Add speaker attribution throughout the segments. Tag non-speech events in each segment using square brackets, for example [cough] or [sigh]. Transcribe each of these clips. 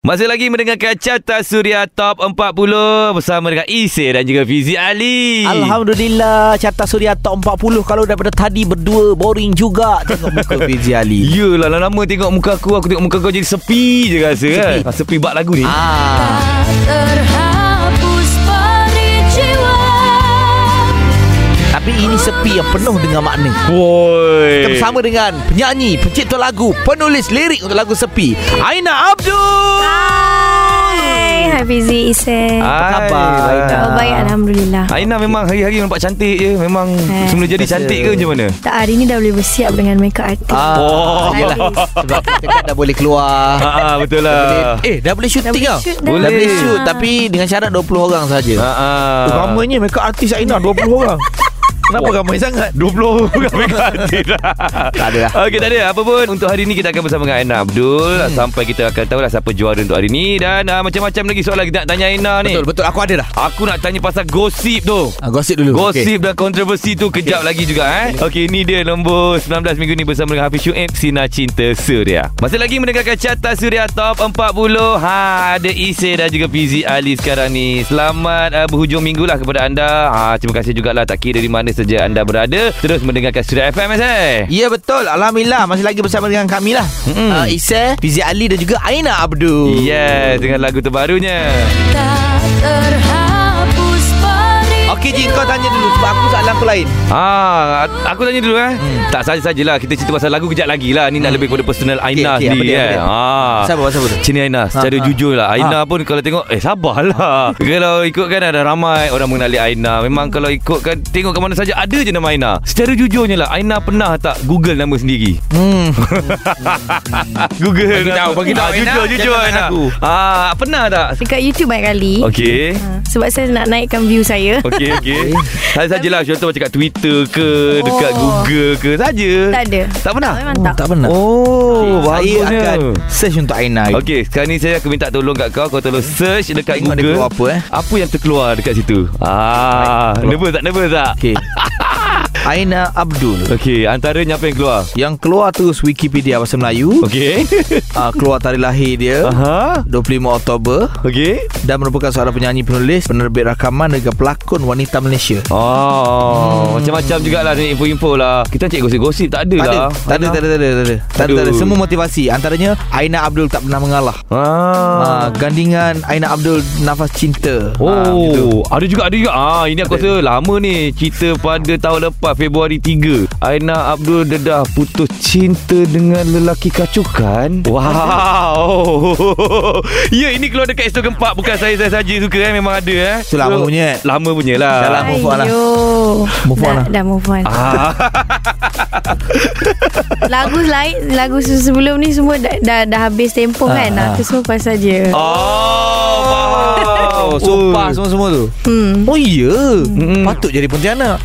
Speaker 1: Masih lagi mendengarkan Carta Suria Top 40 bersama dengan Isir dan juga Fizi Ali.
Speaker 2: Alhamdulillah Carta Suria Top 40 Kalau daripada tadi berdua Boring juga Tengok
Speaker 1: [laughs]
Speaker 2: muka PJ Ali
Speaker 1: Yelah lama-lama tengok muka aku Aku tengok muka kau jadi sepi je rasa kan
Speaker 2: Sepi.
Speaker 1: Sepi bak lagu ni
Speaker 2: Ah,
Speaker 3: Terhapus peri jiwa
Speaker 2: Tapi ini sepi yang penuh dengan makna
Speaker 1: Woi
Speaker 2: Kita bersama dengan penyanyi, pencipta lagu, penulis lirik untuk lagu Sepi Aina Abdul
Speaker 3: Hai Hai Fizi Isen
Speaker 1: Apa
Speaker 2: khabar, Aina?
Speaker 3: Oh baik Alhamdulillah
Speaker 1: Aina memang hari-hari nampak cantik je Memang
Speaker 3: Eh.
Speaker 1: semula jadi
Speaker 2: Terima
Speaker 1: cantik ke
Speaker 2: kasih.
Speaker 1: macam mana?
Speaker 3: Tak hari ni dah boleh bersiap dengan makeup artist
Speaker 2: Ah,
Speaker 1: Oh.
Speaker 2: Yelah Sebab kita kan dah boleh keluar
Speaker 1: Ah, ah, betul
Speaker 2: dah
Speaker 1: lah
Speaker 2: boleh, Eh dah boleh
Speaker 3: Dah
Speaker 2: syuting
Speaker 3: boleh
Speaker 2: tau
Speaker 3: shoot dah.
Speaker 1: Boleh.
Speaker 2: Dah boleh shoot Tapi dengan syarat 20 orang saja.
Speaker 1: Ah, ah.
Speaker 2: makeup artis Aina 20 orang
Speaker 1: Kenapa
Speaker 2: ramai sangat
Speaker 1: 20 [laughs] orang pekat
Speaker 2: Tak ada lah
Speaker 1: Okey tak ada Apa pun Untuk hari ni kita akan bersama dengan Aina Abdul hmm. Sampai kita akan tahulah Siapa juara untuk hari ni Dan uh, macam-macam lagi soalan Kita nak tanya Aina ni
Speaker 2: Betul betul aku ada dah
Speaker 1: Aku nak tanya pasal gosip tu
Speaker 2: Ah, Gosip dulu
Speaker 1: Gosip okay. dan kontroversi tu Kejap lagi juga eh Okey ini dia Nombor 19 minggu ni Bersama dengan Hafiz Syuib Sinar Cinta Suria Masih lagi mendengarkan Carta Suria Top 40 ha, Ada Isir dan juga Fizi Ali sekarang ni Selamat uh, berhujung minggu lah kepada anda ha, Terima kasih jugalah Tak kira di mana saja anda berada Terus mendengarkan Suria FM eh
Speaker 2: Ya betul Alhamdulillah Masih lagi bersama dengan kami lah
Speaker 1: Mm-mm.
Speaker 2: uh, Isel Fizi Ali dan juga Aina Abdul
Speaker 1: Yes Dengan lagu terbarunya
Speaker 3: Tak terhapus peri
Speaker 2: Okey Ji kau tanya dulu Sebab aku soalan aku lain
Speaker 1: Ah, aku tanya dulu eh. Hmm. Tak saja-sajalah kita cerita pasal lagu kejap lagi lah. Ni nak lebih kepada personal Aina
Speaker 2: Hmm.
Speaker 1: okay,
Speaker 2: okey, apa
Speaker 1: sendiri
Speaker 2: dia, apa
Speaker 1: eh.
Speaker 2: dia?
Speaker 1: Ah.
Speaker 2: Sabar sabar dulu
Speaker 1: Macam ni Aina Secara
Speaker 2: Ha, ha.
Speaker 1: jujur lah Aina pun kalau tengok Eh sabarlah Kalau ikutkan ada ramai Orang mengenali Aina Memang kalau ikutkan Tengok ke mana saja Ada je nama Aina Secara jujurnya lah Aina pernah tak Google nama sendiri
Speaker 2: Hmm
Speaker 1: [laughs] Google
Speaker 2: Bagi tahu, bagi tahu,
Speaker 1: Ah,
Speaker 2: Aina.
Speaker 1: Jujur jujur
Speaker 2: Jangan
Speaker 1: Aina
Speaker 2: aku.
Speaker 1: Ah, Pernah tak
Speaker 3: Dekat YouTube banyak kali
Speaker 1: Okey
Speaker 3: Ah, Sebab saya nak naikkan view saya
Speaker 2: [laughs]
Speaker 1: Okey okey Saya sajalah Contoh macam kat Twitter ke Dekat
Speaker 3: Oh.
Speaker 1: Google ke Saja
Speaker 3: Tak ada
Speaker 1: Oh, Tak
Speaker 2: Ah.
Speaker 1: pernah
Speaker 3: Memang tak
Speaker 2: Tak pernah
Speaker 1: Oh,
Speaker 2: Saya
Speaker 1: bagusnya.
Speaker 2: akan search untuk Aina
Speaker 1: Okey, sekarang ni saya akan minta tolong kat kau. Kau tolong search dekat
Speaker 2: Tengok dia
Speaker 1: Google.
Speaker 2: keluar apa, eh.
Speaker 1: Apa yang terkeluar dekat situ? Ah,
Speaker 2: Baik, keluar.
Speaker 1: nervous tak? Nervous tak? [laughs]
Speaker 2: Okey Aina Abdul
Speaker 1: Okey, antaranya apa yang keluar?
Speaker 2: Yang keluar terus Wikipedia Bahasa Melayu [laughs]
Speaker 1: Okey. Ah.
Speaker 2: uh, Keluar tarikh lahir dia
Speaker 1: Aha.
Speaker 2: 25 Oktober
Speaker 1: Okey.
Speaker 2: Dan merupakan seorang penyanyi penulis Penerbit rakaman Dan juga pelakon wanita Malaysia
Speaker 1: Oh, Ah, macam-macam jugalah ni info-info lah. Kita cek gosip-gosip tak ada
Speaker 2: Hmm. tak
Speaker 1: lah.
Speaker 2: ada, tak ada, tak ada, tak ada, tak ada, tak ada, tak ada.
Speaker 1: Aduh.
Speaker 2: Semua motivasi Antaranya Aina Abdul tak pernah mengalah
Speaker 1: Ah.
Speaker 2: Ah, gandingan Aina Abdul Nafas Cinta.
Speaker 1: Oh,
Speaker 2: Ah, gitu.
Speaker 1: ada juga ada juga. Ah, ini aku rasa lama ni cerita pada tahun lepas Februari 3. Aina Abdul dedah putus cinta dengan lelaki kacukan. Wow. [laughs] ya, ini keluar dekat Instagram Gempak bukan saya saya saja suka eh memang ada eh.
Speaker 2: Tu lama
Speaker 1: So,
Speaker 2: punya, eh?
Speaker 1: Lama punya lah.
Speaker 2: Dah lama. move on lah.
Speaker 3: Ayo.
Speaker 2: Move on
Speaker 3: dah,
Speaker 2: lah.
Speaker 3: dah move on
Speaker 2: [laughs]
Speaker 1: Ah,
Speaker 3: Lagu lain Lagu se- sebelum ni Semua dah, dah, dah habis tempoh
Speaker 2: Ah,
Speaker 3: kan
Speaker 2: ah.
Speaker 3: Aku semua pasal je
Speaker 1: oh, faham.
Speaker 2: Oh, sopa semua-semua tu.
Speaker 3: Hmm.
Speaker 2: Oh ya.
Speaker 1: Mm.
Speaker 2: Patut jadi Pontianak.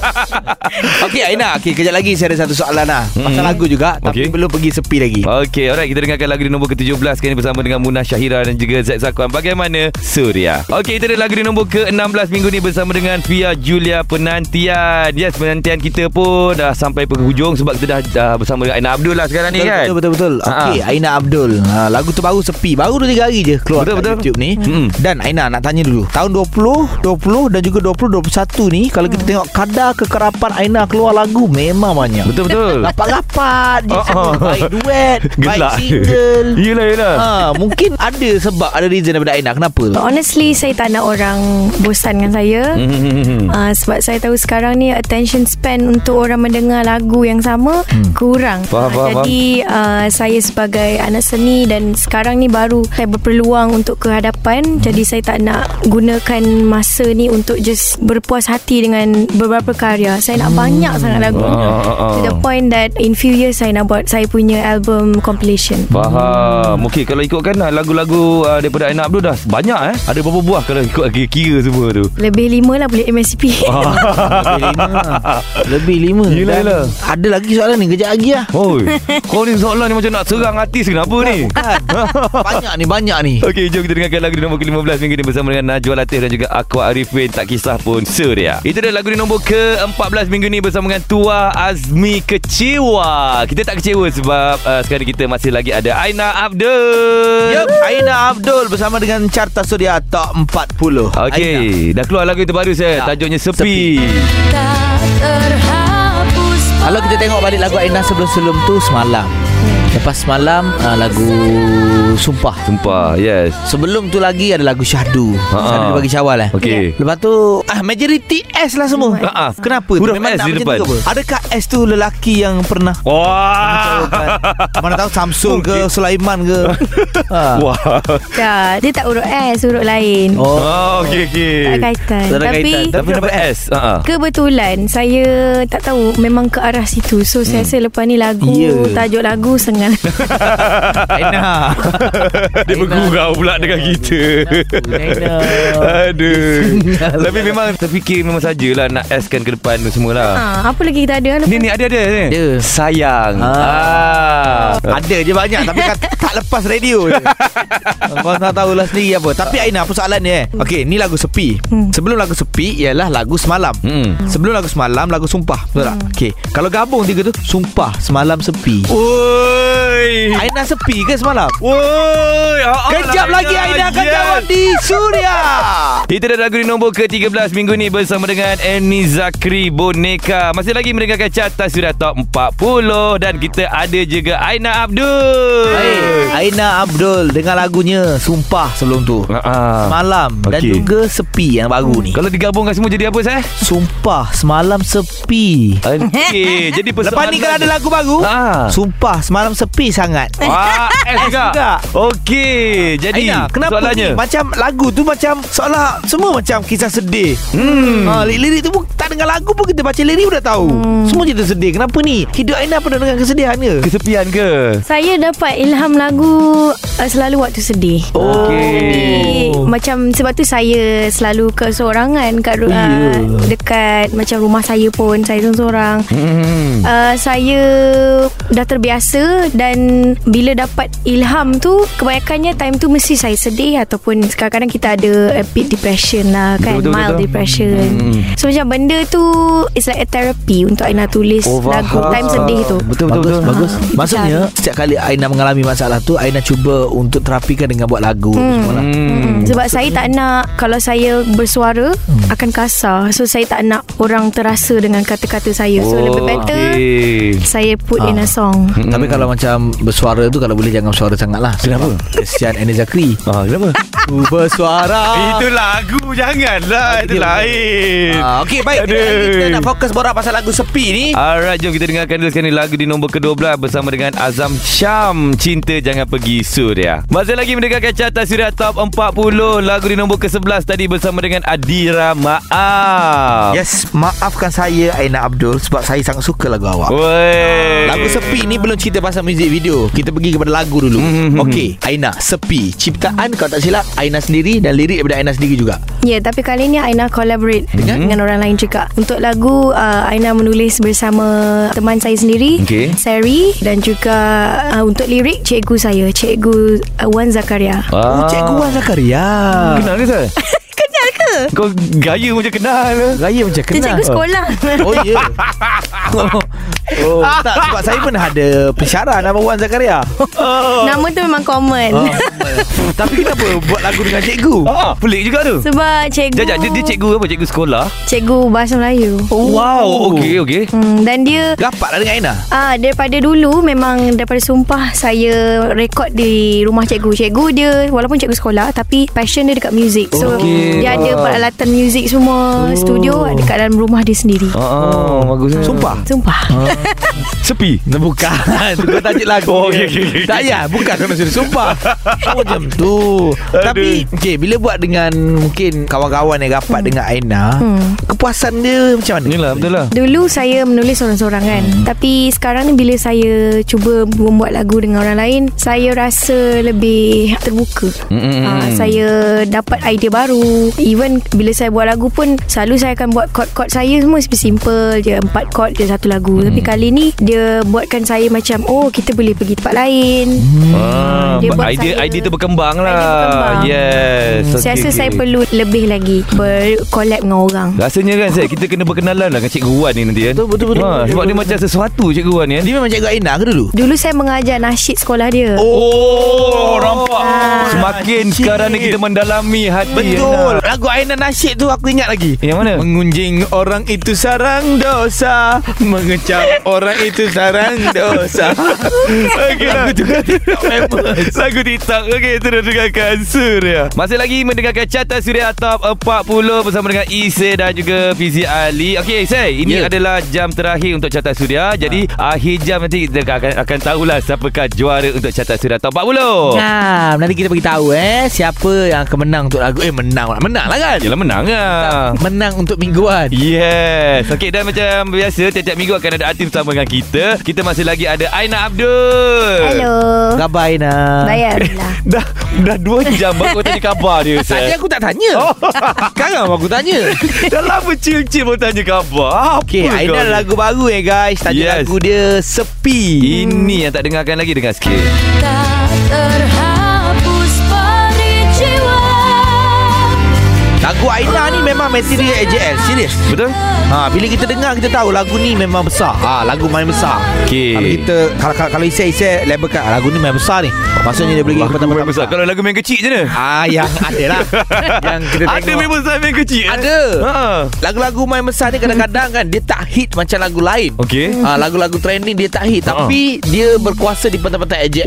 Speaker 2: [laughs] Okey Aina, okey kejap lagi saya ada satu soalan lah. Pasal lagu juga
Speaker 1: Okey.
Speaker 2: tapi belum pergi sepi lagi.
Speaker 1: Okey, alright kita dengarkan lagu di nombor ke-17 kali ini bersama dengan Munah Syahira dan juga Zaid Zakwan bagaimana Surya. Okey, kita ada lagu di nombor ke-16 minggu ni bersama dengan Fia Julia Penantian. Yes, penantian kita pun dah sampai ke hujung sebab kita dah, dah bersama dengan Aina Abdul lah sekarang ni
Speaker 2: Betul,
Speaker 1: kan.
Speaker 2: betul betul betul.
Speaker 1: Ha,
Speaker 2: Okey, Aina Abdul. Ha, lagu tu baru sepi. Baru 2 3 hari je keluar
Speaker 1: Betul,
Speaker 2: kat
Speaker 1: betul.
Speaker 2: YouTube ni.
Speaker 1: Mm.
Speaker 2: Dan Aina nak tanya dulu. Tahun 20, 20 dan juga 2021 ni kalau kita tengok kadar kekerapan Aina keluar lagu memang banyak.
Speaker 1: Betul betul.
Speaker 2: Lapat-lapat je
Speaker 1: Oh, oh.
Speaker 2: Baik
Speaker 1: [laughs]
Speaker 2: duet
Speaker 1: Gelak. Ya.
Speaker 2: Baik
Speaker 1: [laughs]
Speaker 2: single
Speaker 1: Yelah yelah.
Speaker 2: ha, Mungkin ada sebab Ada reason daripada Aina Kenapa tu
Speaker 3: Honestly Saya tak nak orang Bosan dengan saya
Speaker 1: Hmm.
Speaker 3: Uh, sebab saya tahu sekarang ni attention span untuk orang mendengar lagu yang sama hmm. kurang.
Speaker 1: Faham,
Speaker 3: Ah,
Speaker 1: faham,
Speaker 3: Jadi uh, saya sebagai anak seni dan sekarang ni baru saya berpeluang untuk ke hadapan.
Speaker 1: Hmm.
Speaker 3: Jadi saya tak nak gunakan masa ni untuk just berpuas hati dengan beberapa karya. Saya nak banyak sangat lagu.
Speaker 1: Hmm. Ah, ah, ah.
Speaker 3: To the point that in few years saya nak buat saya punya album compilation.
Speaker 1: Faham. Okey, kalau ikutkan lah, lagu-lagu uh, daripada Aina Abdul dah banyak eh. Ada berapa buah kalau ikut kira-kira semua
Speaker 2: [laughs]
Speaker 1: tu?
Speaker 3: Lebih lima lah boleh MSCP.
Speaker 1: Ah.
Speaker 3: [laughs]
Speaker 2: Lebih lima Lebih
Speaker 1: Yelah,
Speaker 2: lima Dan
Speaker 1: yelah.
Speaker 2: Ada lagi soalan ni Kejap lagi
Speaker 1: [laughs]
Speaker 2: lah
Speaker 1: Oi, kau ni soalan ni macam nak serang artis kenapa ni?
Speaker 2: Kan? Banyak ni Banyak ni
Speaker 1: Okey, jom kita dengarkan lagu di nombor ke-15 minggu ni bersama dengan Najwa Latif dan juga Aqua Arifin Tak Kisah Pun Surya. Itu dia lagu di nombor ke-14 minggu ni bersama dengan Tua Azmi Kecewa. Kita tak kecewa sebab uh, sekarang ni kita masih lagi ada Aina Abdul.
Speaker 2: Yup. Abdul bersama dengan Carta Suria Top 40. Aina.
Speaker 1: Okey, dah keluar lagu itu baru saya.
Speaker 2: Ya.
Speaker 1: Tajuknya Sepi.
Speaker 2: Kalau kita tengok balik lagu Aina sebelum-sebelum tu semalam. Lepas semalam uh, lagu Sumpah.
Speaker 1: Sumpah, yes.
Speaker 2: Sebelum tu lagi ada lagu Syahdu.
Speaker 1: Ha-ha.
Speaker 2: Syahdu dia bagi Syawal eh.
Speaker 1: Okey.
Speaker 2: Lepas tu ah majoriti S lah semua.
Speaker 1: Ha-ha.
Speaker 2: Kenapa? tu?
Speaker 1: Huruf
Speaker 2: Memang
Speaker 1: S
Speaker 2: tak
Speaker 1: di
Speaker 2: macam
Speaker 1: depan.
Speaker 2: tu ke apa? Adakah S tu lelaki yang
Speaker 1: [laughs]
Speaker 2: pernah
Speaker 1: Wah.
Speaker 2: Mana tahu Samsul ke Sulaiman
Speaker 1: [laughs]
Speaker 2: ke. ha.
Speaker 1: Wah.
Speaker 3: Tak, dia tak urut S, urut lain.
Speaker 2: Oh.
Speaker 3: Oh.
Speaker 1: Oh, okey okey.
Speaker 3: Tak kaitan.
Speaker 2: Tak ada
Speaker 3: Tapi
Speaker 2: kaitan.
Speaker 1: Tapi dapat S. Ha ah.
Speaker 3: kebetulan saya tak tahu memang ke arah situ. So
Speaker 1: Hmm.
Speaker 3: saya rasa lepas ni lagu,
Speaker 2: Ya.
Speaker 3: yeah. tajuk lagu sengal.
Speaker 2: Aina.
Speaker 1: [laughs] Dia bergurau pula dengan kita
Speaker 2: Aina.
Speaker 1: Aduh
Speaker 2: [laughs]
Speaker 1: Tapi memang terfikir memang sajalah Nak S kan ke depan tu semualah
Speaker 3: ha, [laughs] apa lagi kita ada?
Speaker 1: Ah. Ni ni ada ada ni.
Speaker 2: Ah. Ada.
Speaker 1: Sayang ah.
Speaker 2: Ada je banyak Tapi
Speaker 1: [laughs]
Speaker 2: kan, tak lepas radio je Kau tak tahulah sendiri apa Tapi Aina persoalan ni eh Okay ni lagu sepi
Speaker 3: Hmm.
Speaker 2: Sebelum lagu sepi Ialah lagu semalam
Speaker 1: Hmm.
Speaker 2: Sebelum lagu semalam Lagu sumpah Betul tak Okay Kalau gabung tiga tu Sumpah Semalam sepi
Speaker 1: Oi
Speaker 2: Aina sepi ke semalam
Speaker 1: Oi
Speaker 2: Kejap lagi Aina akan jawab di Suria
Speaker 1: Itu ah. dah lagu di nombor ke-13 minggu ni bersama dengan Ernie Zakri Boneka. Masih lagi mendengarkan carta sudah top 40 dan kita ada juga Aina Abdul.
Speaker 2: Hey, Aina Abdul Dengan lagunya Sumpah sebelum tu
Speaker 1: Ha.
Speaker 2: Semalam Dan
Speaker 1: Okey.
Speaker 2: juga sepi Yang baru ni
Speaker 1: Kalau digabungkan semua jadi apa saya?
Speaker 2: Sumpah Semalam sepi
Speaker 1: Okey, [laughs] jadi persoalan
Speaker 2: Lepas ni kalau ada lagu baru
Speaker 1: Ah.
Speaker 2: Sumpah Semalam sepi sangat
Speaker 1: Ah, S juga.
Speaker 2: juga.
Speaker 1: Okey, jadi
Speaker 2: Aina, kenapa
Speaker 1: soalannya.
Speaker 2: ni? Macam lagu tu macam seolah semua macam kisah sedih.
Speaker 1: Hmm.
Speaker 2: Ha, lirik tu pun tak dengar lagu pun kita baca lirik pun dah tahu. Semua cerita sedih. Kenapa ni? Hidup Aina pernah dengan kesedihan ke?
Speaker 1: Kesepian ke?
Speaker 3: Saya dapat ilham lagu uh, selalu waktu sedih. Jadi
Speaker 2: Oh.
Speaker 1: Okey.
Speaker 3: macam sebab tu saya selalu keseorangan kat ru- yeah. dekat macam rumah saya pun saya seorang.
Speaker 1: Hmm.
Speaker 3: Uh, saya dah terbiasa dan bila dapat ilham tu kebanyakannya time tu mesti saya sedih ataupun kadang-kadang kita ada a bit depression lah kan
Speaker 1: Betul, betul,
Speaker 3: mild
Speaker 1: betul.
Speaker 3: depression
Speaker 1: Hmm.
Speaker 3: so macam benda tu it's like a therapy untuk Aina tulis
Speaker 1: Oh, faham.
Speaker 3: lagu time sedih tu
Speaker 1: Betul, betul,
Speaker 2: bagus,
Speaker 1: betul.
Speaker 2: bagus.
Speaker 3: Ah,
Speaker 2: Maksudnya setiap kali Aina mengalami masalah tu Aina cuba untuk terapikan dengan buat lagu hmm. semua lah.
Speaker 1: Hmm.
Speaker 3: Hmm, sebab saya tak nak kalau saya bersuara
Speaker 1: Mm.
Speaker 3: hmm. akan kasar. So saya tak nak orang terasa dengan kata-kata saya. So lebih better
Speaker 1: Oh, Okey. Ah.
Speaker 3: saya put in a song.
Speaker 2: Hmm. Tapi kalau macam bersuara tu kalau boleh jangan bersuara sangat lah. Kenapa? Kesian Aina Zakri.
Speaker 1: Ah, kenapa?
Speaker 2: Ku bersuara.
Speaker 1: [laughs] Itu lagu janganlah itu
Speaker 2: dia
Speaker 1: lain.
Speaker 2: Ah, okey baik
Speaker 1: Aduh.
Speaker 2: kita nak fokus borak pasal lagu sepi ni.
Speaker 1: Alright, jom kita dengarkan dulu sekali lagu di nombor ke-12 bersama dengan Azam Syam, Cinta Jangan Pergi Suria. Masih lagi mendengarkan carta Suria Top 40, lagu di nombor ke-11 tadi bersama dengan Adira Maaf.
Speaker 2: Yes, maafkan saya Aina Abdul sebab saya sangat suka lagu awak.
Speaker 1: Wey.
Speaker 2: Lagu Sepi ni belum cerita pasal muzik video. Kita pergi kepada lagu dulu.
Speaker 1: Mhm.
Speaker 2: Okey, Aina, Sepi. Ciptaan kalau tak silap Aina sendiri dan lirik daripada Aina sendiri juga.
Speaker 3: Ya, yeah, tapi kali ni Aina collaborate
Speaker 1: Hmm.
Speaker 3: dengan, dengan orang lain juga. Untuk lagu uh, Aina menulis bersama teman saya sendiri,
Speaker 1: Okey.
Speaker 3: Sari dan juga uh, untuk lirik cikgu saya, cikgu uh, Wan Zakaria.
Speaker 1: Ah.
Speaker 2: Wan Zakaria.
Speaker 1: Kenal ke saya? [laughs] kenal ke? Kau gaya macam kenal.
Speaker 2: Raya macam
Speaker 3: Dia
Speaker 2: kenal.
Speaker 3: cikgu sekolah.
Speaker 2: Oh, ya. Yeah. [laughs] oh, tak sebab saya pun ada pesyaran nama Wan [laughs] Zakaria.
Speaker 1: Oh.
Speaker 3: [laughs] Nama tu memang common.
Speaker 2: Ah, Tapi kenapa buat lagu dengan cikgu?
Speaker 1: Ah, pelik juga tu.
Speaker 3: Sebab cikgu
Speaker 1: Jajak, dia, Oh. dia cikgu apa? Cikgu sekolah?
Speaker 3: cikgu bahasa Melayu.
Speaker 2: Oh.
Speaker 1: Wow, okey, okey.
Speaker 3: Hmm, dan dia
Speaker 2: Rapatlah lah dengan Aina.
Speaker 3: Ah daripada dulu memang daripada sumpah saya rekod di rumah cikgu. Cikgu dia walaupun cikgu sekolah tapi passion dia dekat muzik. So
Speaker 1: Okey.
Speaker 3: dia ada peralatan muzik semua, oh. studio dekat dalam rumah dia sendiri.
Speaker 1: Ah, ah, bagusnya.
Speaker 2: Oh. Sumpah.
Speaker 3: Sumpah.
Speaker 1: Sepi.
Speaker 2: [laughs] Bukan Itu kau tajuk lagu
Speaker 1: Oh,
Speaker 2: oh, okay,
Speaker 1: okey, okey, okey.
Speaker 2: Tak payah Bukan kena suruh [laughs] sumpah Oh macam tu Tapi okay, Bila buat dengan Mungkin kawan-kawan yang rapat dengan Aina
Speaker 3: Hmm.
Speaker 2: Kepuasan dia macam mana?
Speaker 1: Inilah, betul lah.
Speaker 3: Dulu saya menulis seorang-seorang kan. Tapi sekarang ni bila saya cuba membuat lagu dengan orang lain, saya rasa lebih terbuka.
Speaker 1: Mm-mm.
Speaker 3: Ah, saya dapat idea baru. Even bila saya buat lagu pun selalu saya akan buat chord-chord saya semua simple je, empat chord je satu lagu. Tapi kali ni dia buatkan saya macam oh kita boleh pergi tempat lain.
Speaker 1: Ah,
Speaker 3: Dia buat
Speaker 1: idea
Speaker 3: saya-
Speaker 1: idea tu berkembang lah.
Speaker 3: Idea berkembang.
Speaker 1: Yes.
Speaker 3: Hmm. Saya
Speaker 1: Okey,
Speaker 3: rasa
Speaker 1: okey.
Speaker 3: saya perlu lebih lagi berkolab dengan orang.
Speaker 1: Rasanya kan saya kita kena berkenalan lah dengan Cikgu Wan ni nanti kan.
Speaker 2: Betul, betul, betul,
Speaker 1: Ha,
Speaker 2: betul,
Speaker 1: sebab
Speaker 2: betul,
Speaker 1: dia macam sesuatu Cikgu Wan ni kan.
Speaker 2: Dia memang cikgu Aina ke dulu? Oh,
Speaker 3: Dulu saya mengajar nasyid sekolah dia.
Speaker 1: Oh, nampak.
Speaker 3: Ah.
Speaker 1: Semakin Mungkin
Speaker 2: Asyik.
Speaker 1: sekarang ni kita mendalami hati
Speaker 2: Betul
Speaker 1: Aina.
Speaker 2: Lagu Aina Nasyid tu aku ingat lagi
Speaker 1: Yang mana?
Speaker 2: Mengunjing orang itu sarang dosa Mengecap orang itu sarang [laughs] dosa
Speaker 1: Okey lah.
Speaker 2: [laughs]
Speaker 1: Lagu TikTok Okey terus dengarkan Surya Masih lagi mendengarkan Carta Surya Top 40 Bersama dengan Ise dan juga Fizi Ali Okey Ise Ini
Speaker 2: Ya. Ah.
Speaker 1: adalah jam terakhir untuk Carta Surya Jadi akhir jam nanti kita akan, akan tahulah Siapakah juara untuk Carta Surya Top
Speaker 2: Oh. Ya.
Speaker 1: 40
Speaker 2: Nah, nanti kita beritahu eh Siapa yang akan menang untuk lagu Eh menang lah Menang lah kan
Speaker 1: Yelah menang lah
Speaker 2: Menang untuk kan? mingguan
Speaker 1: Yes Okey dan macam biasa Tiap-tiap minggu akan ada artis bersama dengan kita Kita masih lagi ada Aina Abdul
Speaker 4: Hello.
Speaker 2: Khabar Aina
Speaker 4: Bayarlah.
Speaker 1: Dah dah 2 jam baru kau tanya khabar
Speaker 2: [laughs]
Speaker 1: dia
Speaker 2: Tadi
Speaker 1: Ustaz.
Speaker 2: aku tak tanya
Speaker 1: Oh.
Speaker 2: [laughs] Sekarang aku tanya
Speaker 1: [laughs] Dah lama cil-cil pun tanya khabar Apa
Speaker 2: Okay, Aina
Speaker 1: kau ni?
Speaker 2: lagu baru eh guys Tajuk
Speaker 1: Yes.
Speaker 2: lagu dia Sepi
Speaker 1: Ini yang tak dengarkan lagi Dengar sikit
Speaker 5: Tak terhapus peri jiwa
Speaker 2: Lagu Aina ni memang material AJL Serius
Speaker 1: Betul?
Speaker 2: Ha, bila kita dengar kita tahu lagu ni memang besar. Ha, lagu main besar.
Speaker 1: Okey.
Speaker 2: Kalau kita kalau kalau, kalau Isya Isya label kat lagu ni main besar ni. Maksudnya dia boleh pergi
Speaker 1: Lagu
Speaker 2: pertama
Speaker 1: main besar Kalau lagu main kecil je mana?
Speaker 2: Ah yang ada
Speaker 1: [laughs]
Speaker 2: lah Yang kita tengok
Speaker 1: Ada main besar main kecil eh?
Speaker 2: Ada.
Speaker 1: ha.
Speaker 2: Lagu-lagu main besar ni kadang-kadang kan Dia tak hit macam lagu lain
Speaker 1: Okey.
Speaker 2: ha, Lagu-lagu trending dia tak hit
Speaker 1: Ha-ha.
Speaker 2: Tapi dia berkuasa di pentas-pentas AJL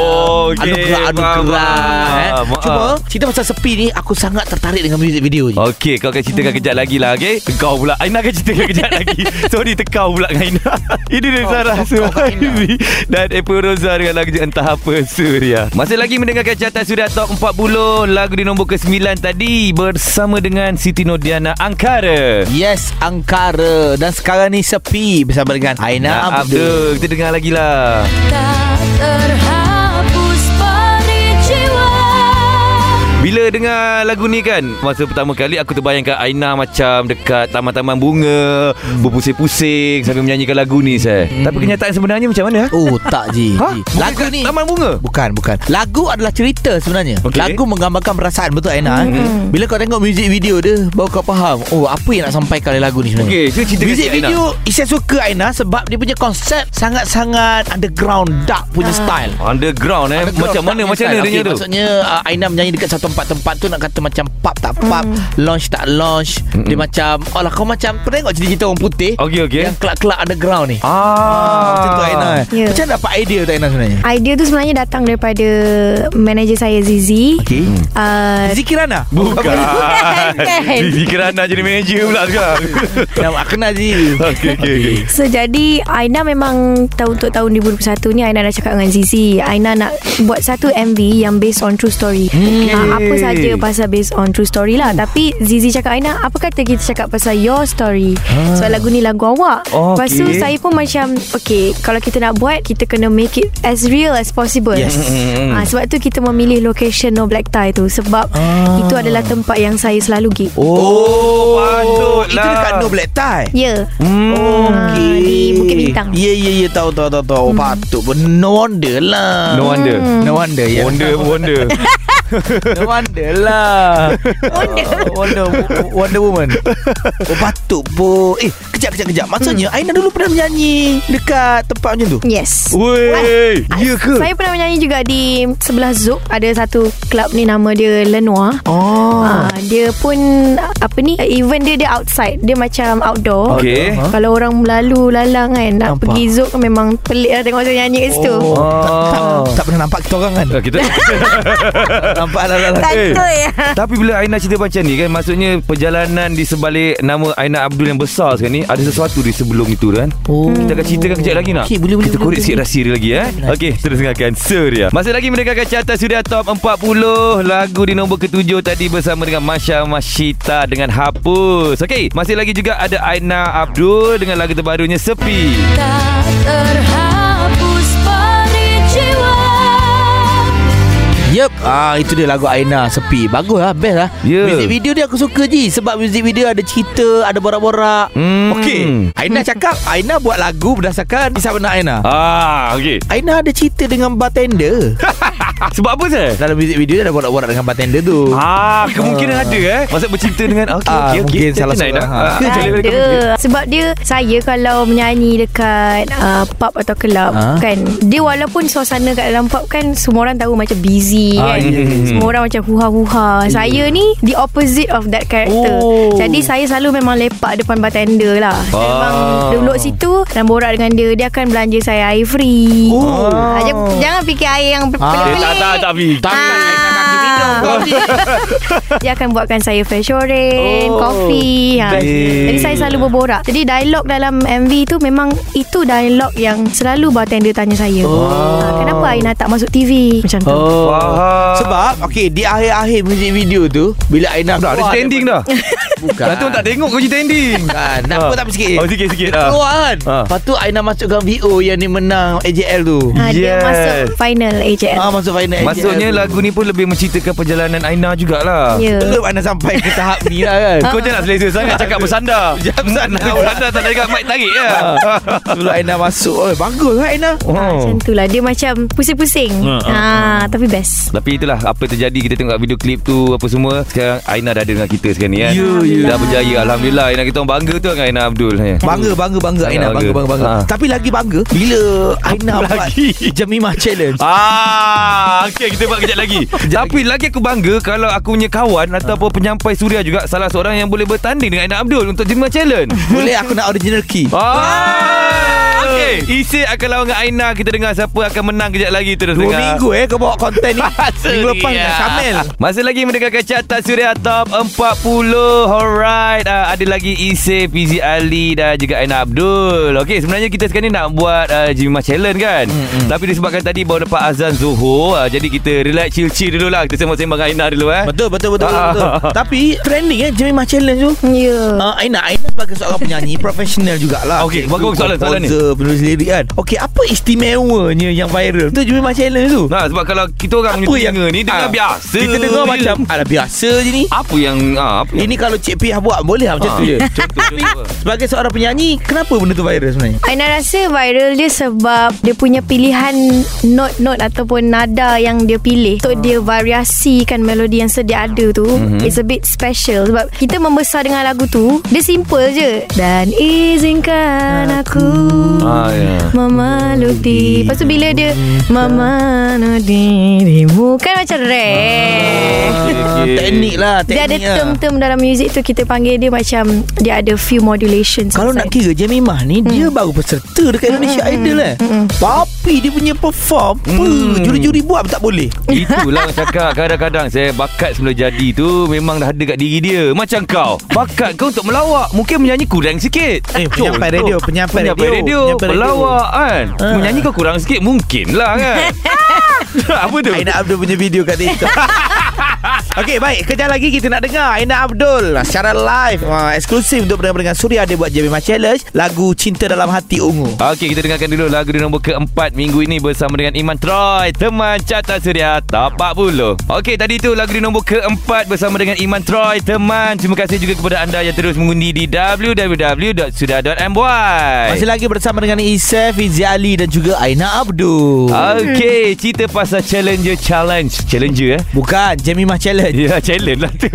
Speaker 1: Oh, okey.
Speaker 2: Adu gerak, adu
Speaker 1: Faham,
Speaker 2: gerak
Speaker 1: faham.
Speaker 2: eh.
Speaker 1: Faham.
Speaker 2: Cuma cerita pasal sepi ni Aku sangat tertarik dengan music video ni
Speaker 1: Okey, kau akan ceritakan kejap lagi lah, okey? Kau pula. Aina akan ceritakan kejap [laughs] lagi. Sorry, tekau pula dengan Aina. [laughs] Ini dia
Speaker 2: Kau,
Speaker 1: Sarah
Speaker 2: kau, kau,
Speaker 1: Suhaimi dan Epo Rosa dengan lagu Entah Apa Surya. Masih lagi mendengarkan carta Surya Top 40, lagu di nombor ke-9 tadi bersama dengan Siti Nodiana Angkara.
Speaker 2: Yes, Angkara Dan sekarang ni sepi Bersama dengan Aina
Speaker 1: Nah,
Speaker 2: Abdul
Speaker 1: Abdul, kita dengar lagi lah.
Speaker 5: Tak terhapus peri jiwa
Speaker 1: Bila dengar lagu ni kan Masa pertama kali aku terbayangkan Aina macam dekat taman-taman bunga
Speaker 2: Hmm.
Speaker 1: Berpusing-pusing sambil menyanyikan lagu ni saya. Hmm. Tapi kenyataan sebenarnya macam mana?
Speaker 2: Oh tak Ji,
Speaker 1: Ha?
Speaker 2: Ji.
Speaker 1: Bukan
Speaker 2: Lagu
Speaker 1: kat
Speaker 2: ni
Speaker 1: Taman bunga?
Speaker 2: Bukan bukan Lagu adalah cerita sebenarnya
Speaker 1: Okey.
Speaker 2: okay. Lagu menggambarkan perasaan Betul Aina mm-hmm. Bila kau tengok music video dia Baru kau faham Oh apa yang nak sampaikan dalam lagu ni sebenarnya
Speaker 1: Okey, so cerita
Speaker 2: Hmm. Music
Speaker 1: sikit,
Speaker 2: video Isya suka Aina Sebab dia punya konsep Sangat-sangat underground Dark punya style
Speaker 1: Aina. Underground eh
Speaker 2: Underground,
Speaker 1: Macam
Speaker 2: dark
Speaker 1: mana?
Speaker 2: punya
Speaker 1: Macam mana
Speaker 2: style.
Speaker 1: dia
Speaker 2: Okey,
Speaker 1: tu?
Speaker 2: Maksudnya uh, Aina menyanyi dekat satu tempat-tempat tu Nak kata macam pub tak pub
Speaker 3: Hmm.
Speaker 2: Launch tak launch Dia macam Oh lah kau macam Pernah tengok cerita-cerita orang putih
Speaker 1: Okey okey
Speaker 2: Yang kelak-kelak underground ni
Speaker 1: Ah,
Speaker 2: Ya. Macam tu Aina eh.
Speaker 3: Ya.
Speaker 2: Macam mana dapat idea tu Aina sebenarnya
Speaker 3: Idea tu sebenarnya datang daripada manager saya Zizi.
Speaker 2: Okay
Speaker 3: Uh,
Speaker 2: Zikirana [laughs]
Speaker 1: Bukan
Speaker 2: Kan,
Speaker 4: Bukan.
Speaker 1: Zizi kerana jadi manager pula sekarang
Speaker 2: [laughs] Yang aku kenal je
Speaker 1: Okey okey okey
Speaker 3: So jadi Aina memang tahu untuk tahun 2021 ni Aina dah cakap dengan Zizi Aina nak buat satu MV yang based on true story okay. Apa saja pasal based on true story lah Tapi Zizi cakap Aina apa kata kita cakap pasal your story ah. Sebab lagu ni lagu awak
Speaker 1: Oh,
Speaker 3: Lepas tu
Speaker 1: okay.
Speaker 3: saya pun macam Okay kalau kita nak buat Kita kena make it as real as possible
Speaker 2: Yes.
Speaker 3: ha, Sebab tu kita memilih location No Black Tie tu Sebab ah. itu adalah tempat yang saya selalu gig
Speaker 1: Oh, patutlah.
Speaker 2: Itu dekat No Black Tie
Speaker 3: Ya yeah.
Speaker 1: Hmm.
Speaker 3: okay. Di Bukit Bintang
Speaker 2: Ya ya ya tahu tahu tahu tahu. Hmm. Patut pun no wonder lah.
Speaker 1: No wonder
Speaker 2: No wonder ya.
Speaker 1: Hmm. Wonder wonder
Speaker 2: [laughs] no wonder
Speaker 1: [laughs]
Speaker 2: lah. wonder.
Speaker 1: Ya.
Speaker 2: wonder Wonder Woman. Oh patut pun. Eh kejap kejap kejap. Maksudnya
Speaker 3: Hmm.
Speaker 2: Aina dulu pernah menyanyi dekat tempat macam tu.
Speaker 3: Yes
Speaker 1: Wey Ya
Speaker 2: Hmm.
Speaker 1: ke?
Speaker 3: Saya pernah menyanyi juga di sebelah Zouk Ada satu club ni nama dia Lenoir
Speaker 2: Oh.
Speaker 3: Ah, dia pun apa ni event dia dia outside dia macam outdoor
Speaker 1: Okey.
Speaker 3: Ha? kalau orang Melayu lalang kan nak
Speaker 2: Nampak.
Speaker 3: pergi Zouk memang pelik lah tengok saya nyanyi kat situ
Speaker 2: Oh. Tak, tak, [laughs]
Speaker 1: Oh.
Speaker 2: tak pernah nampak kita orang kan.
Speaker 1: Ah, Kita [laughs]
Speaker 2: nampak lah lah. lah.
Speaker 4: Takut
Speaker 3: [laughs]
Speaker 4: ya.
Speaker 1: Tapi bila Aina cerita macam ni kan Maksudnya perjalanan di sebalik Nama Aina Abdul yang besar sekarang ni Ada sesuatu di sebelum itu kan
Speaker 2: Oh.
Speaker 1: Kita akan ceritakan kejap lagi nak
Speaker 2: Okey, boleh, boleh,
Speaker 1: Kita
Speaker 2: boleh,
Speaker 1: korek
Speaker 2: boleh.
Speaker 1: sikit rahsia dia lagi eh Okey terus dengarkan Surya Masih lagi mendengarkan carta Surya Top 40 Lagu di nombor ketujuh tadi bersama dengan Masya Masyita dengan Hapus Okey masih lagi juga ada Aina Abdul Dengan lagu terbarunya Sepi
Speaker 5: Tak terhapus peri jiwa
Speaker 2: Yep ah Itu dia lagu Aina Sepi Bagus lah Best lah
Speaker 1: Ya.
Speaker 2: Music video dia aku suka je Sebab music video ada cerita Ada borak-borak
Speaker 1: Hmm.
Speaker 2: Okey Aina cakap Aina buat lagu Berdasarkan Kisah benar Aina
Speaker 1: Ah okey
Speaker 2: Aina ada cerita dengan
Speaker 1: [laughs]
Speaker 2: bartender
Speaker 1: ah, Sebab apa saya?
Speaker 2: Dalam music video dia ada borak-borak dengan bartender tu
Speaker 1: Ah, kemungkinan ada eh. Maksud bercinta dengan okey
Speaker 2: Ah,
Speaker 1: okey okey.
Speaker 2: mungkin salah
Speaker 1: Macam mana,
Speaker 2: seorang,
Speaker 1: Aina? Ah,
Speaker 2: ha. [laughs]
Speaker 3: Tak
Speaker 1: boleh- boleh- boleh.
Speaker 3: ada Sebab dia Saya kalau menyanyi dekat uh, Pub atau club
Speaker 2: Ah.
Speaker 3: Kan Dia walaupun suasana kat dalam pub kan Semua orang tahu macam busy tinggi
Speaker 2: Ah,
Speaker 3: kan.
Speaker 1: yeah.
Speaker 3: Semua orang macam huha-huha. Saya ni the opposite of that character.
Speaker 2: Hmm. Oh.
Speaker 3: Jadi saya selalu memang lepak depan bartender lah. Saya
Speaker 1: Ah.
Speaker 3: memang duduk situ dan borak dengan dia. Dia akan belanja saya air free.
Speaker 2: Oh.
Speaker 3: Ah, jangan- jangan fikir air yang
Speaker 1: Eh,
Speaker 2: Ah.
Speaker 3: pelik-pelik.
Speaker 1: tak, tak, tak, Fi.
Speaker 2: Tak
Speaker 3: [laughs] Ah. Dia akan buatkan saya fresh orange,
Speaker 1: Oh,
Speaker 3: oh, kopi. Ha.
Speaker 1: best.
Speaker 3: Jadi saya selalu berborak. Jadi dialog dalam MV tu memang itu dialog yang selalu bartender tanya saya. Oh. Ha, kenapa Aina tak masuk TV? Macam tu.
Speaker 2: Oh.
Speaker 3: Oh.
Speaker 1: Faham.
Speaker 2: Sebab Okay di akhir-akhir Music video tu Bila Aina
Speaker 1: Dah, ada standing dah.
Speaker 2: Bukan
Speaker 1: Dah tu tak tengok kau je standing.
Speaker 2: Bukan kan? Nak pun tak apa sikit
Speaker 1: Oh, sikit-sikit. ah.
Speaker 2: Keluar kan
Speaker 1: Ah.
Speaker 2: Lepas tu Aina masukkan VO Yang ni menang AJL tu
Speaker 3: Ha, Dia
Speaker 1: Yes.
Speaker 3: masuk final AJL.
Speaker 2: Ah masuk final AJL
Speaker 1: Maksudnya
Speaker 2: tu.
Speaker 1: lagu ni pun lebih menceritakan perjalanan Aina jugalah.
Speaker 3: Ya.
Speaker 2: Belum Aina sampai ke tahap ni lah kan
Speaker 1: Kau jangan selesa sangat cakap bersandar. Jangan bersandar. Bersandar tak ada dekat mic tarik ya. [laughs]
Speaker 2: Sebelum Aina masuk oh, Bagus lah Aina
Speaker 3: Ha, macam
Speaker 1: Oh.
Speaker 3: tu lah Dia macam pusing-pusing
Speaker 1: Ha,
Speaker 3: ha,
Speaker 1: ha,
Speaker 3: Tapi best
Speaker 1: Tapi itulah apa terjadi kita tengok kat video klip tu apa semua sekarang Aina dah ada dengan kita sekarang ni kan.
Speaker 2: Ya, ya.
Speaker 1: Dah berjaya alhamdulillah Aina kita orang bangga tu dengan Aina Abdul. Ya.
Speaker 2: Bangga bangga bangga Aina
Speaker 1: Bangga.
Speaker 2: bangga bangga bangga.
Speaker 1: Ah.
Speaker 2: Tapi lagi bangga bila Aina buat
Speaker 1: lagi?
Speaker 2: Jemimah [laughs] challenge.
Speaker 1: Ah, okey kita buat kejap lagi. Tapi lagi aku bangga kalau aku punya kawan ataupun penyampai Suria juga salah seorang yang boleh bertanding dengan Aina Abdul untuk Jenma Challenge.
Speaker 2: Boleh aku nak original key.
Speaker 1: Ah, okey. Isi akan lawan dengan Aina. Kita dengar siapa akan menang kejap lagi terus
Speaker 2: Dua
Speaker 1: dengar.
Speaker 2: minggu eh kau bawa konten [laughs] ni. minggu lepas
Speaker 1: Suria.
Speaker 2: nak Syamel.
Speaker 1: Masih lagi mendengarkan carta Suria Top 40 Alright uh, Ada lagi Ise, Fizi Ali Dan juga Aina Abdul Okey sebenarnya kita sekarang ni nak buat uh, Jimmy Mah Challenge kan mm-hmm. Tapi disebabkan tadi baru lepas azan Zuhur uh, Jadi kita relax chill-chill dulu lah Kita sembang-sembang dengan Aina dulu eh
Speaker 2: Betul betul betul,
Speaker 1: Ah.
Speaker 2: betul, betul. [laughs] Tapi trending eh Jemimah challenge tu.
Speaker 3: Ya yeah.
Speaker 2: Uh, Aina Aina sebagai seorang
Speaker 1: [laughs]
Speaker 2: penyanyi Profesional jugalah
Speaker 1: Okey,
Speaker 2: Cikgu,
Speaker 1: bagus soalan- soalan ni.
Speaker 2: composer, Penulis lirik kan Okey apa istimewanya Yang viral Tu Jemimah challenge tu
Speaker 1: Nah, sebab kalau kita orang
Speaker 2: Apa
Speaker 1: punya
Speaker 2: yang
Speaker 1: telinga ni dengar
Speaker 2: Ah,
Speaker 1: biasa
Speaker 2: Kita dengar
Speaker 1: je.
Speaker 2: macam Alah biasa je ni
Speaker 1: apa yang ah, apa yang
Speaker 2: Ini kalau Cik Piah buat Boleh lah macam
Speaker 1: Ah,
Speaker 2: tu je
Speaker 1: contoh, contoh.
Speaker 2: Sebagai seorang penyanyi Kenapa benda tu viral sebenarnya
Speaker 3: Aina rasa viral dia sebab dia punya pilihan note-note ataupun nada yang dia pilih untuk dia variasikan melodi yang sedia ada tu
Speaker 2: Mhm.
Speaker 3: mm-hmm. it's a bit special sebab kita membesar dengan lagu tu dia simple je dan izinkan aku
Speaker 1: Ah, ya.
Speaker 3: memeluk di lepas tu bila dia memeluk dirimu kan macam rare
Speaker 1: Okey.
Speaker 2: Teknik lah Ah. teknik
Speaker 3: dia ada
Speaker 2: lah.
Speaker 3: term-term dalam music tu kita panggil dia macam dia ada few modulations
Speaker 2: Kalau nak kira
Speaker 3: inside.
Speaker 2: Jemimah ni hmm. Dia baru peserta Dekat Indonesia
Speaker 3: Hmm,
Speaker 2: Idol eh Tapi dia punya perform hmm. Juri-juri buat pun tak boleh
Speaker 1: Itulah orang cakap Kadang-kadang saya bakat semula jadi tu Memang dah ada kat diri dia Macam kau Bakat kau untuk melawak Mungkin menyanyi kurang sikit
Speaker 2: Eh, penyampai
Speaker 1: Contoh.
Speaker 2: radio, penyampai
Speaker 1: penyampai
Speaker 2: radio,
Speaker 1: radio,
Speaker 2: penyampai radio.
Speaker 1: Melawak kan
Speaker 2: Ah.
Speaker 1: Menyanyi kau kurang sikit Mungkin lah
Speaker 2: [laughs]
Speaker 1: kan Apa tu?
Speaker 2: Aina Abdul punya video kat
Speaker 1: [laughs]
Speaker 2: TikTok Okey baik Kejap lagi kita nak dengar Aina Abdul Ha, Secara live uh, Eksklusif untuk pendengar-pendengar Suria Dia buat Jemimah Challenge Lagu Cinta Dalam Hati Ungu
Speaker 1: Okey, kita dengarkan dulu lagu di nombor keempat minggu ini bersama dengan Iman Troy, teman Carta Suria Top 40. Okey, tadi tu lagu di nombor keempat bersama dengan Iman Troy, teman. Terima kasih juga kepada anda yang terus mengundi di www.suria.my.
Speaker 2: Masih lagi bersama dengan Isef Fizi Ali Dan juga Aina Abdul
Speaker 1: Ah. Okey, cerita pasal challenger challenge. Challenger eh? [laughs]
Speaker 2: Bukan Jemimah Challenge
Speaker 1: Ya, challenge lah tu.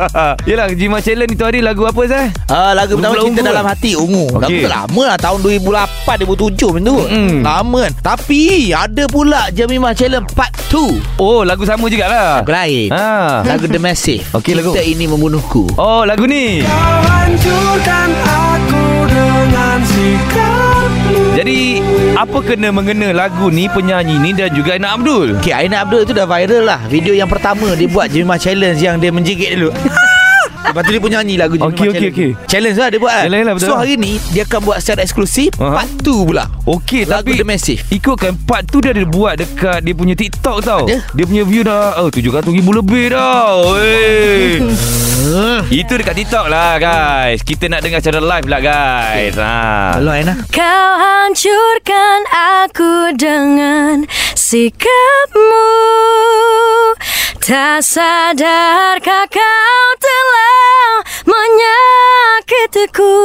Speaker 1: [laughs] Yalah, Jima Challenge itu hari lagu apa Zah?
Speaker 2: Ah, lagu pertama
Speaker 1: Ungu-ungu
Speaker 2: Cinta
Speaker 1: kan?
Speaker 2: Dalam Hati Ungu okay. Lagu
Speaker 1: Okey.
Speaker 2: tu lama lah Tahun 2008 2007 macam tu
Speaker 1: Mm-mm.
Speaker 2: Lama kan Tapi Ada pula Jemimah Challenge Part 2
Speaker 1: Oh, lagu sama jugalah.
Speaker 2: Lagu lain ha?
Speaker 1: Ha.
Speaker 2: Lagu The Massive
Speaker 1: Okey, lagu.
Speaker 2: Cinta ini membunuhku
Speaker 1: Oh, lagu ni. Jadi, apa kena mengena lagu ni, penyanyi ni dan juga Aina Abdul?
Speaker 2: Okay, Aina Abdul tu dah viral lah Video yang pertama Dia buat Jemimah Challenge Yang dia menjigit
Speaker 1: [laughs]
Speaker 2: dulu Lepas tu dia pun nyanyi lagu Jemimah
Speaker 1: Okey, okey,
Speaker 2: Challenge
Speaker 1: okey.
Speaker 2: Challenge lah dia buat kan
Speaker 1: Yalah, yalah, betul
Speaker 2: So
Speaker 1: lah.
Speaker 2: hari ni Dia akan buat secara eksklusif
Speaker 1: Aha.
Speaker 2: Part 2 pula
Speaker 1: Okey,
Speaker 2: Lagu
Speaker 1: tapi
Speaker 2: The Massive.
Speaker 1: Ikutkan part tu dia ada buat dekat dia punya TikTok tau.
Speaker 2: Ada.
Speaker 1: Dia punya view dah oh, 700 ribu lebih tau.
Speaker 2: [laughs]
Speaker 1: Wey. Itu dekat TikTok lah guys. Kita nak dengar secara live lah guys. Ha.
Speaker 2: Hello Aina
Speaker 5: Kau hancurkan aku dengan sikapmu Tak sadarkah kau telah menyakitiku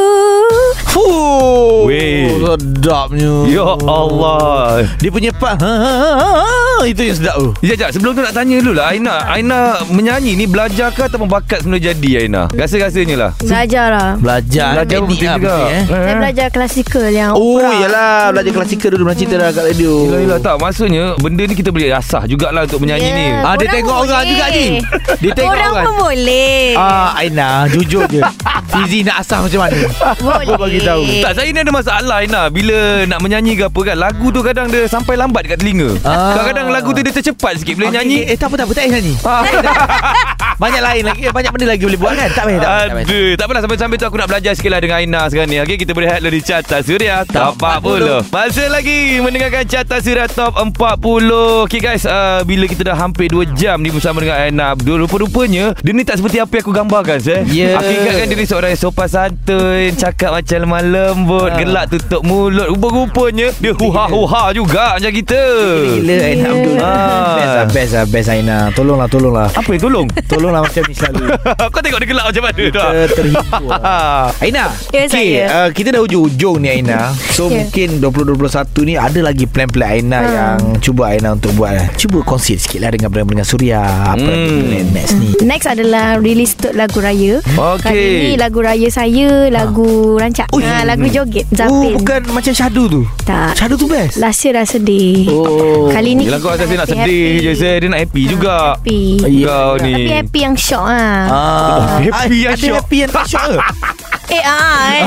Speaker 2: Fuh
Speaker 1: Weh.
Speaker 2: Sedapnya
Speaker 1: Ya Allah. Ya,
Speaker 2: Dia punya pa ha, ha, ha, ha, Itu yang sedap tu
Speaker 1: Sekejap, sekejap. Sebelum tu nak tanya dulu lah Aina. Aina menyanyi ni belajar ke ataupun bakat sebelum jadi Aina? Rasa-rasanya lah.
Speaker 3: Belajar lah
Speaker 2: Belajar
Speaker 1: Belajar
Speaker 2: teknik
Speaker 1: penting
Speaker 2: lah
Speaker 1: juga.
Speaker 2: mesti, eh.
Speaker 3: Saya belajar klasikal yang
Speaker 2: Oh
Speaker 3: opera.
Speaker 2: yalah Belajar klasikal dulu Macam cerita dah kat radio
Speaker 1: Yelah, yelah. Tak, maksudnya benda ni kita boleh rasah jugalah untuk menyanyi
Speaker 3: Ya.
Speaker 1: ni.
Speaker 2: Ah, dia
Speaker 5: Orang
Speaker 2: tengok
Speaker 5: boleh.
Speaker 2: orang juga ni Dia tengok
Speaker 5: Orang
Speaker 2: orang,
Speaker 5: pun boleh
Speaker 2: Ah Aina Jujur
Speaker 1: [laughs]
Speaker 2: je Fizi nak asah macam mana
Speaker 5: Boleh
Speaker 2: Aku bagi tahu.
Speaker 1: Tak, saya ni ada masalah Aina Bila nak menyanyi ke apa kan Lagu tu kadang dia sampai lambat kat telinga
Speaker 2: Ah.
Speaker 1: Kadang-kadang lagu tu dia tercepat sikit Bila
Speaker 2: Okey,
Speaker 1: nyanyi Ah.
Speaker 2: Eh tak apa tak apa Tak payah nyanyi [laughs] Banyak lain lagi eh, Banyak benda lagi boleh buat kan Tak payah tak payah, tak payah.
Speaker 1: Aduh, tak apalah sampai-sampai tu aku nak belajar sikit lah dengan Aina sekarang ni. Okey, kita berehat dulu di Carta Suria Top
Speaker 2: Top
Speaker 1: 40. 40. lah. Masa lagi mendengarkan Carta Suria Top 40. Okey guys, uh, bila kita dah hampir 2 jam ni bersama dengan Aina Abdul, rupa-rupanya dia ni tak seperti apa yang aku gambarkan, saya.
Speaker 2: Ya.
Speaker 1: Aku ingatkan dia ni seorang yang sopan santun, cakap macam lemah lembut,
Speaker 2: Ha.
Speaker 1: gelak tutup mulut. Rupa-rupanya dia huha-huha juga macam kita.
Speaker 2: Gila eh, Aina Abdul
Speaker 1: Ah.
Speaker 2: Best lah best lah Best Aina Tolonglah tolonglah
Speaker 1: Apa yang
Speaker 2: [laughs]
Speaker 1: tolong?
Speaker 2: Tolonglah macam ni
Speaker 1: [laughs]
Speaker 2: selalu
Speaker 1: Kau tengok dia gelak macam mana Ha, dah. [laughs]
Speaker 2: Kita terhibur lah. Aina
Speaker 5: Ya,
Speaker 2: okay,
Speaker 5: saya.
Speaker 2: uh, Kita dah hujung-hujung ni Aina So
Speaker 5: Ya.
Speaker 2: yeah. mungkin 2021 ni Ada lagi plan-plan Aina hmm. Yang cuba Aina untuk buat eh. Cuba kongsi sikit lah Dengan pendengar Suria Apa
Speaker 1: Hmm.
Speaker 2: yang kita boleh next ni
Speaker 3: Next adalah release untuk lagu raya.
Speaker 1: Okey.
Speaker 3: Kali ni lagu raya saya lagu rancak.
Speaker 2: Ah. Ui.
Speaker 3: Ha, lagu joget Zapin.
Speaker 2: Oh bukan macam Syahdu tu
Speaker 3: Tak.
Speaker 2: Syahdu tu best
Speaker 3: Last year dah sedih.
Speaker 2: Oh
Speaker 3: Kali ni
Speaker 1: Yelah kau
Speaker 3: kita
Speaker 1: rasa nak sedih je Zai. Dia nak happy juga
Speaker 3: Happy.
Speaker 2: Ya.
Speaker 1: Kau ni
Speaker 3: Tapi happy yang syok ah. Ha.
Speaker 2: Ah,
Speaker 1: Happy yang
Speaker 2: ada
Speaker 1: syok.
Speaker 2: happy yang tak syok ke?
Speaker 5: Eh ah eh.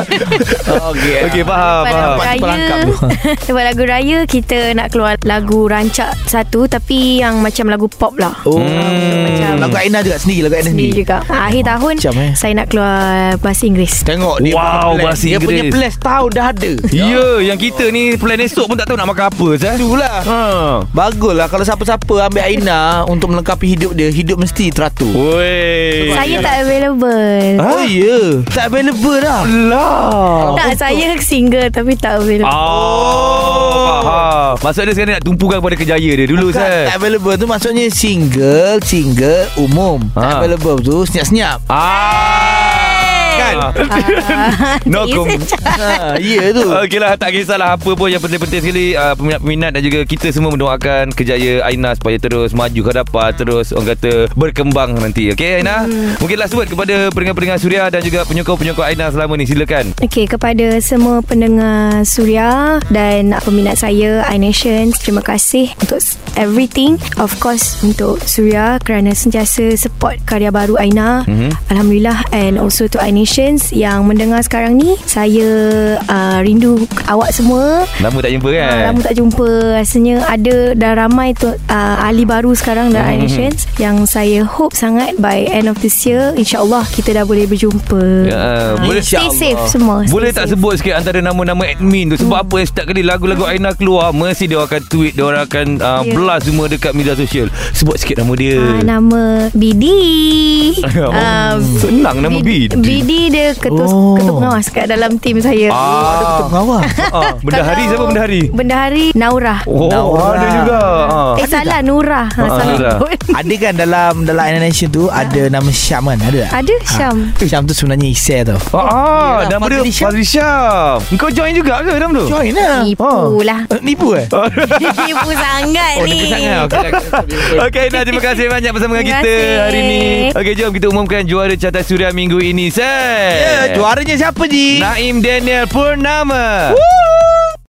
Speaker 2: Okey.
Speaker 1: [laughs] Okey eh. faham,
Speaker 3: Lepas
Speaker 1: faham.
Speaker 3: lagu
Speaker 2: Nampak tu pelangkap
Speaker 3: raya
Speaker 2: tu.
Speaker 3: [laughs] Lepas lagu raya Kita nak keluar lagu rancak satu Tapi yang macam lagu pop lah
Speaker 2: Oh.
Speaker 1: Hmm.
Speaker 2: Lagu Aina juga sendiri, lagu Aina
Speaker 3: Sendiri
Speaker 2: sendiri.
Speaker 3: juga Ah,
Speaker 1: Ah,
Speaker 3: Akhir tahun
Speaker 2: Macam, eh.
Speaker 3: Saya nak keluar bahasa Inggeris
Speaker 2: Tengok dia
Speaker 1: Wow,
Speaker 2: punya plan.
Speaker 1: bahasa
Speaker 2: Dia punya
Speaker 1: Inggeris.
Speaker 2: plan setahun dah [laughs] ada.
Speaker 1: Ya yang kita ni Plan esok pun tak tahu nak makan apa Zai.
Speaker 2: Itulah.
Speaker 1: Ha
Speaker 2: Bagus lah kalau siapa-siapa ambil Aina untuk melengkapi hidup dia, hidup mesti teratur.
Speaker 1: Woi
Speaker 3: Saya tak available
Speaker 1: Ah,
Speaker 2: Oh, ya. Tak available dah.
Speaker 1: Lah
Speaker 3: Tak saya single Tapi tak available
Speaker 1: Oh Faham Maksud dia sekarang nak tumpukan kepada kejaya dia dulu
Speaker 2: Bukan, tak
Speaker 1: Zai.
Speaker 2: available tu maksudnya single, single umum.
Speaker 1: Ha.
Speaker 2: Tak available tu senyap-senyap.
Speaker 1: Ah Kan [laughs] Ah,
Speaker 3: [laughs]
Speaker 1: No
Speaker 3: Saya
Speaker 1: comment
Speaker 2: ha, ya [laughs] tu.
Speaker 1: Okeylah lah, tak kisahlah apa pun yang penting-penting sekali uh, peminat-peminat dan juga kita semua mendoakan kerjaya Aina supaya terus maju ke depan terus orang kata berkembang nanti. Okey Aina. Hmm. Mungkin last word kepada pendengar-pendengar Suria dan juga penyokong-penyokong Aina selama ni silakan.
Speaker 3: Okey, kepada semua pendengar Suria dan peminat saya iNations, terima kasih untuk everything. Of course untuk Suria kerana sentiasa support karya baru Aina. Mm-hmm. Alhamdulillah and also to iNations yang mendengar sekarang ni, saya uh, rindu awak semua.
Speaker 1: Lama tak jumpa kan?
Speaker 3: Yeah. Ah, Lama tak jumpa Rasanya ada Dah ramai tu uh, Ahli baru sekarang Dalam
Speaker 1: Mhm.
Speaker 3: mm-hmm. iNations Yang saya hope sangat By end of this year InsyaAllah kita dah boleh berjumpa
Speaker 1: Ya, uh,
Speaker 3: Ah,
Speaker 1: boleh
Speaker 3: Stay
Speaker 2: InsyaAllah.
Speaker 3: safe semua
Speaker 1: boleh
Speaker 3: stay
Speaker 1: tak
Speaker 3: safe.
Speaker 1: sebut sikit antara nama-nama admin tu sebab apa yang setiap kali lagu-lagu Aina keluar mesti dia akan tweet dia orang akan uh,
Speaker 3: Ya.
Speaker 1: blast semua dekat media sosial. Sebut sikit nama dia.
Speaker 3: Uh, nama
Speaker 1: [laughs]
Speaker 3: BD Ah,
Speaker 1: Oh, Senang nama BD.
Speaker 3: BD dia ketua,
Speaker 2: Oh.
Speaker 3: oh. ketua pengawas kat dalam tim saya
Speaker 1: Ah,
Speaker 2: Pengawas.
Speaker 1: ah, benda hari siapa benda hari?
Speaker 3: Benda hari Naura
Speaker 1: Oh,
Speaker 2: Naura.
Speaker 1: ada juga.
Speaker 3: Eh salah Nura ha,
Speaker 1: Ah,
Speaker 3: salah.
Speaker 1: Nura.
Speaker 2: Ada kan dalam dalam Aina Nation tu ada nama Syam kan? Ada tak?
Speaker 3: [laughs] Ada Syam
Speaker 2: Ha. Syam tu sebenarnya Isya tau.
Speaker 1: Ah, ah
Speaker 2: Yelah,
Speaker 1: nama dia
Speaker 2: Fazli Syam.
Speaker 1: Fazli Syam. Kau join juga ke dalam tu?
Speaker 2: Join lah.
Speaker 3: Tipu
Speaker 1: Ah.
Speaker 3: lah [laughs]
Speaker 2: Eh, Nipu eh?
Speaker 5: Ibu sangat
Speaker 2: Oh,
Speaker 5: ni.
Speaker 2: dia sangat. Okey.
Speaker 1: Okey, nah
Speaker 3: [laughs]
Speaker 1: terima kasih banyak bersama dengan
Speaker 3: Terima
Speaker 1: kita
Speaker 3: kasih.
Speaker 1: hari ini. Okey, jom kita umumkan juara carta suria minggu ini, Sam.
Speaker 2: Ya, Eh, juaranya siapa Ji?
Speaker 1: Naim Daniel Purnama. Woo!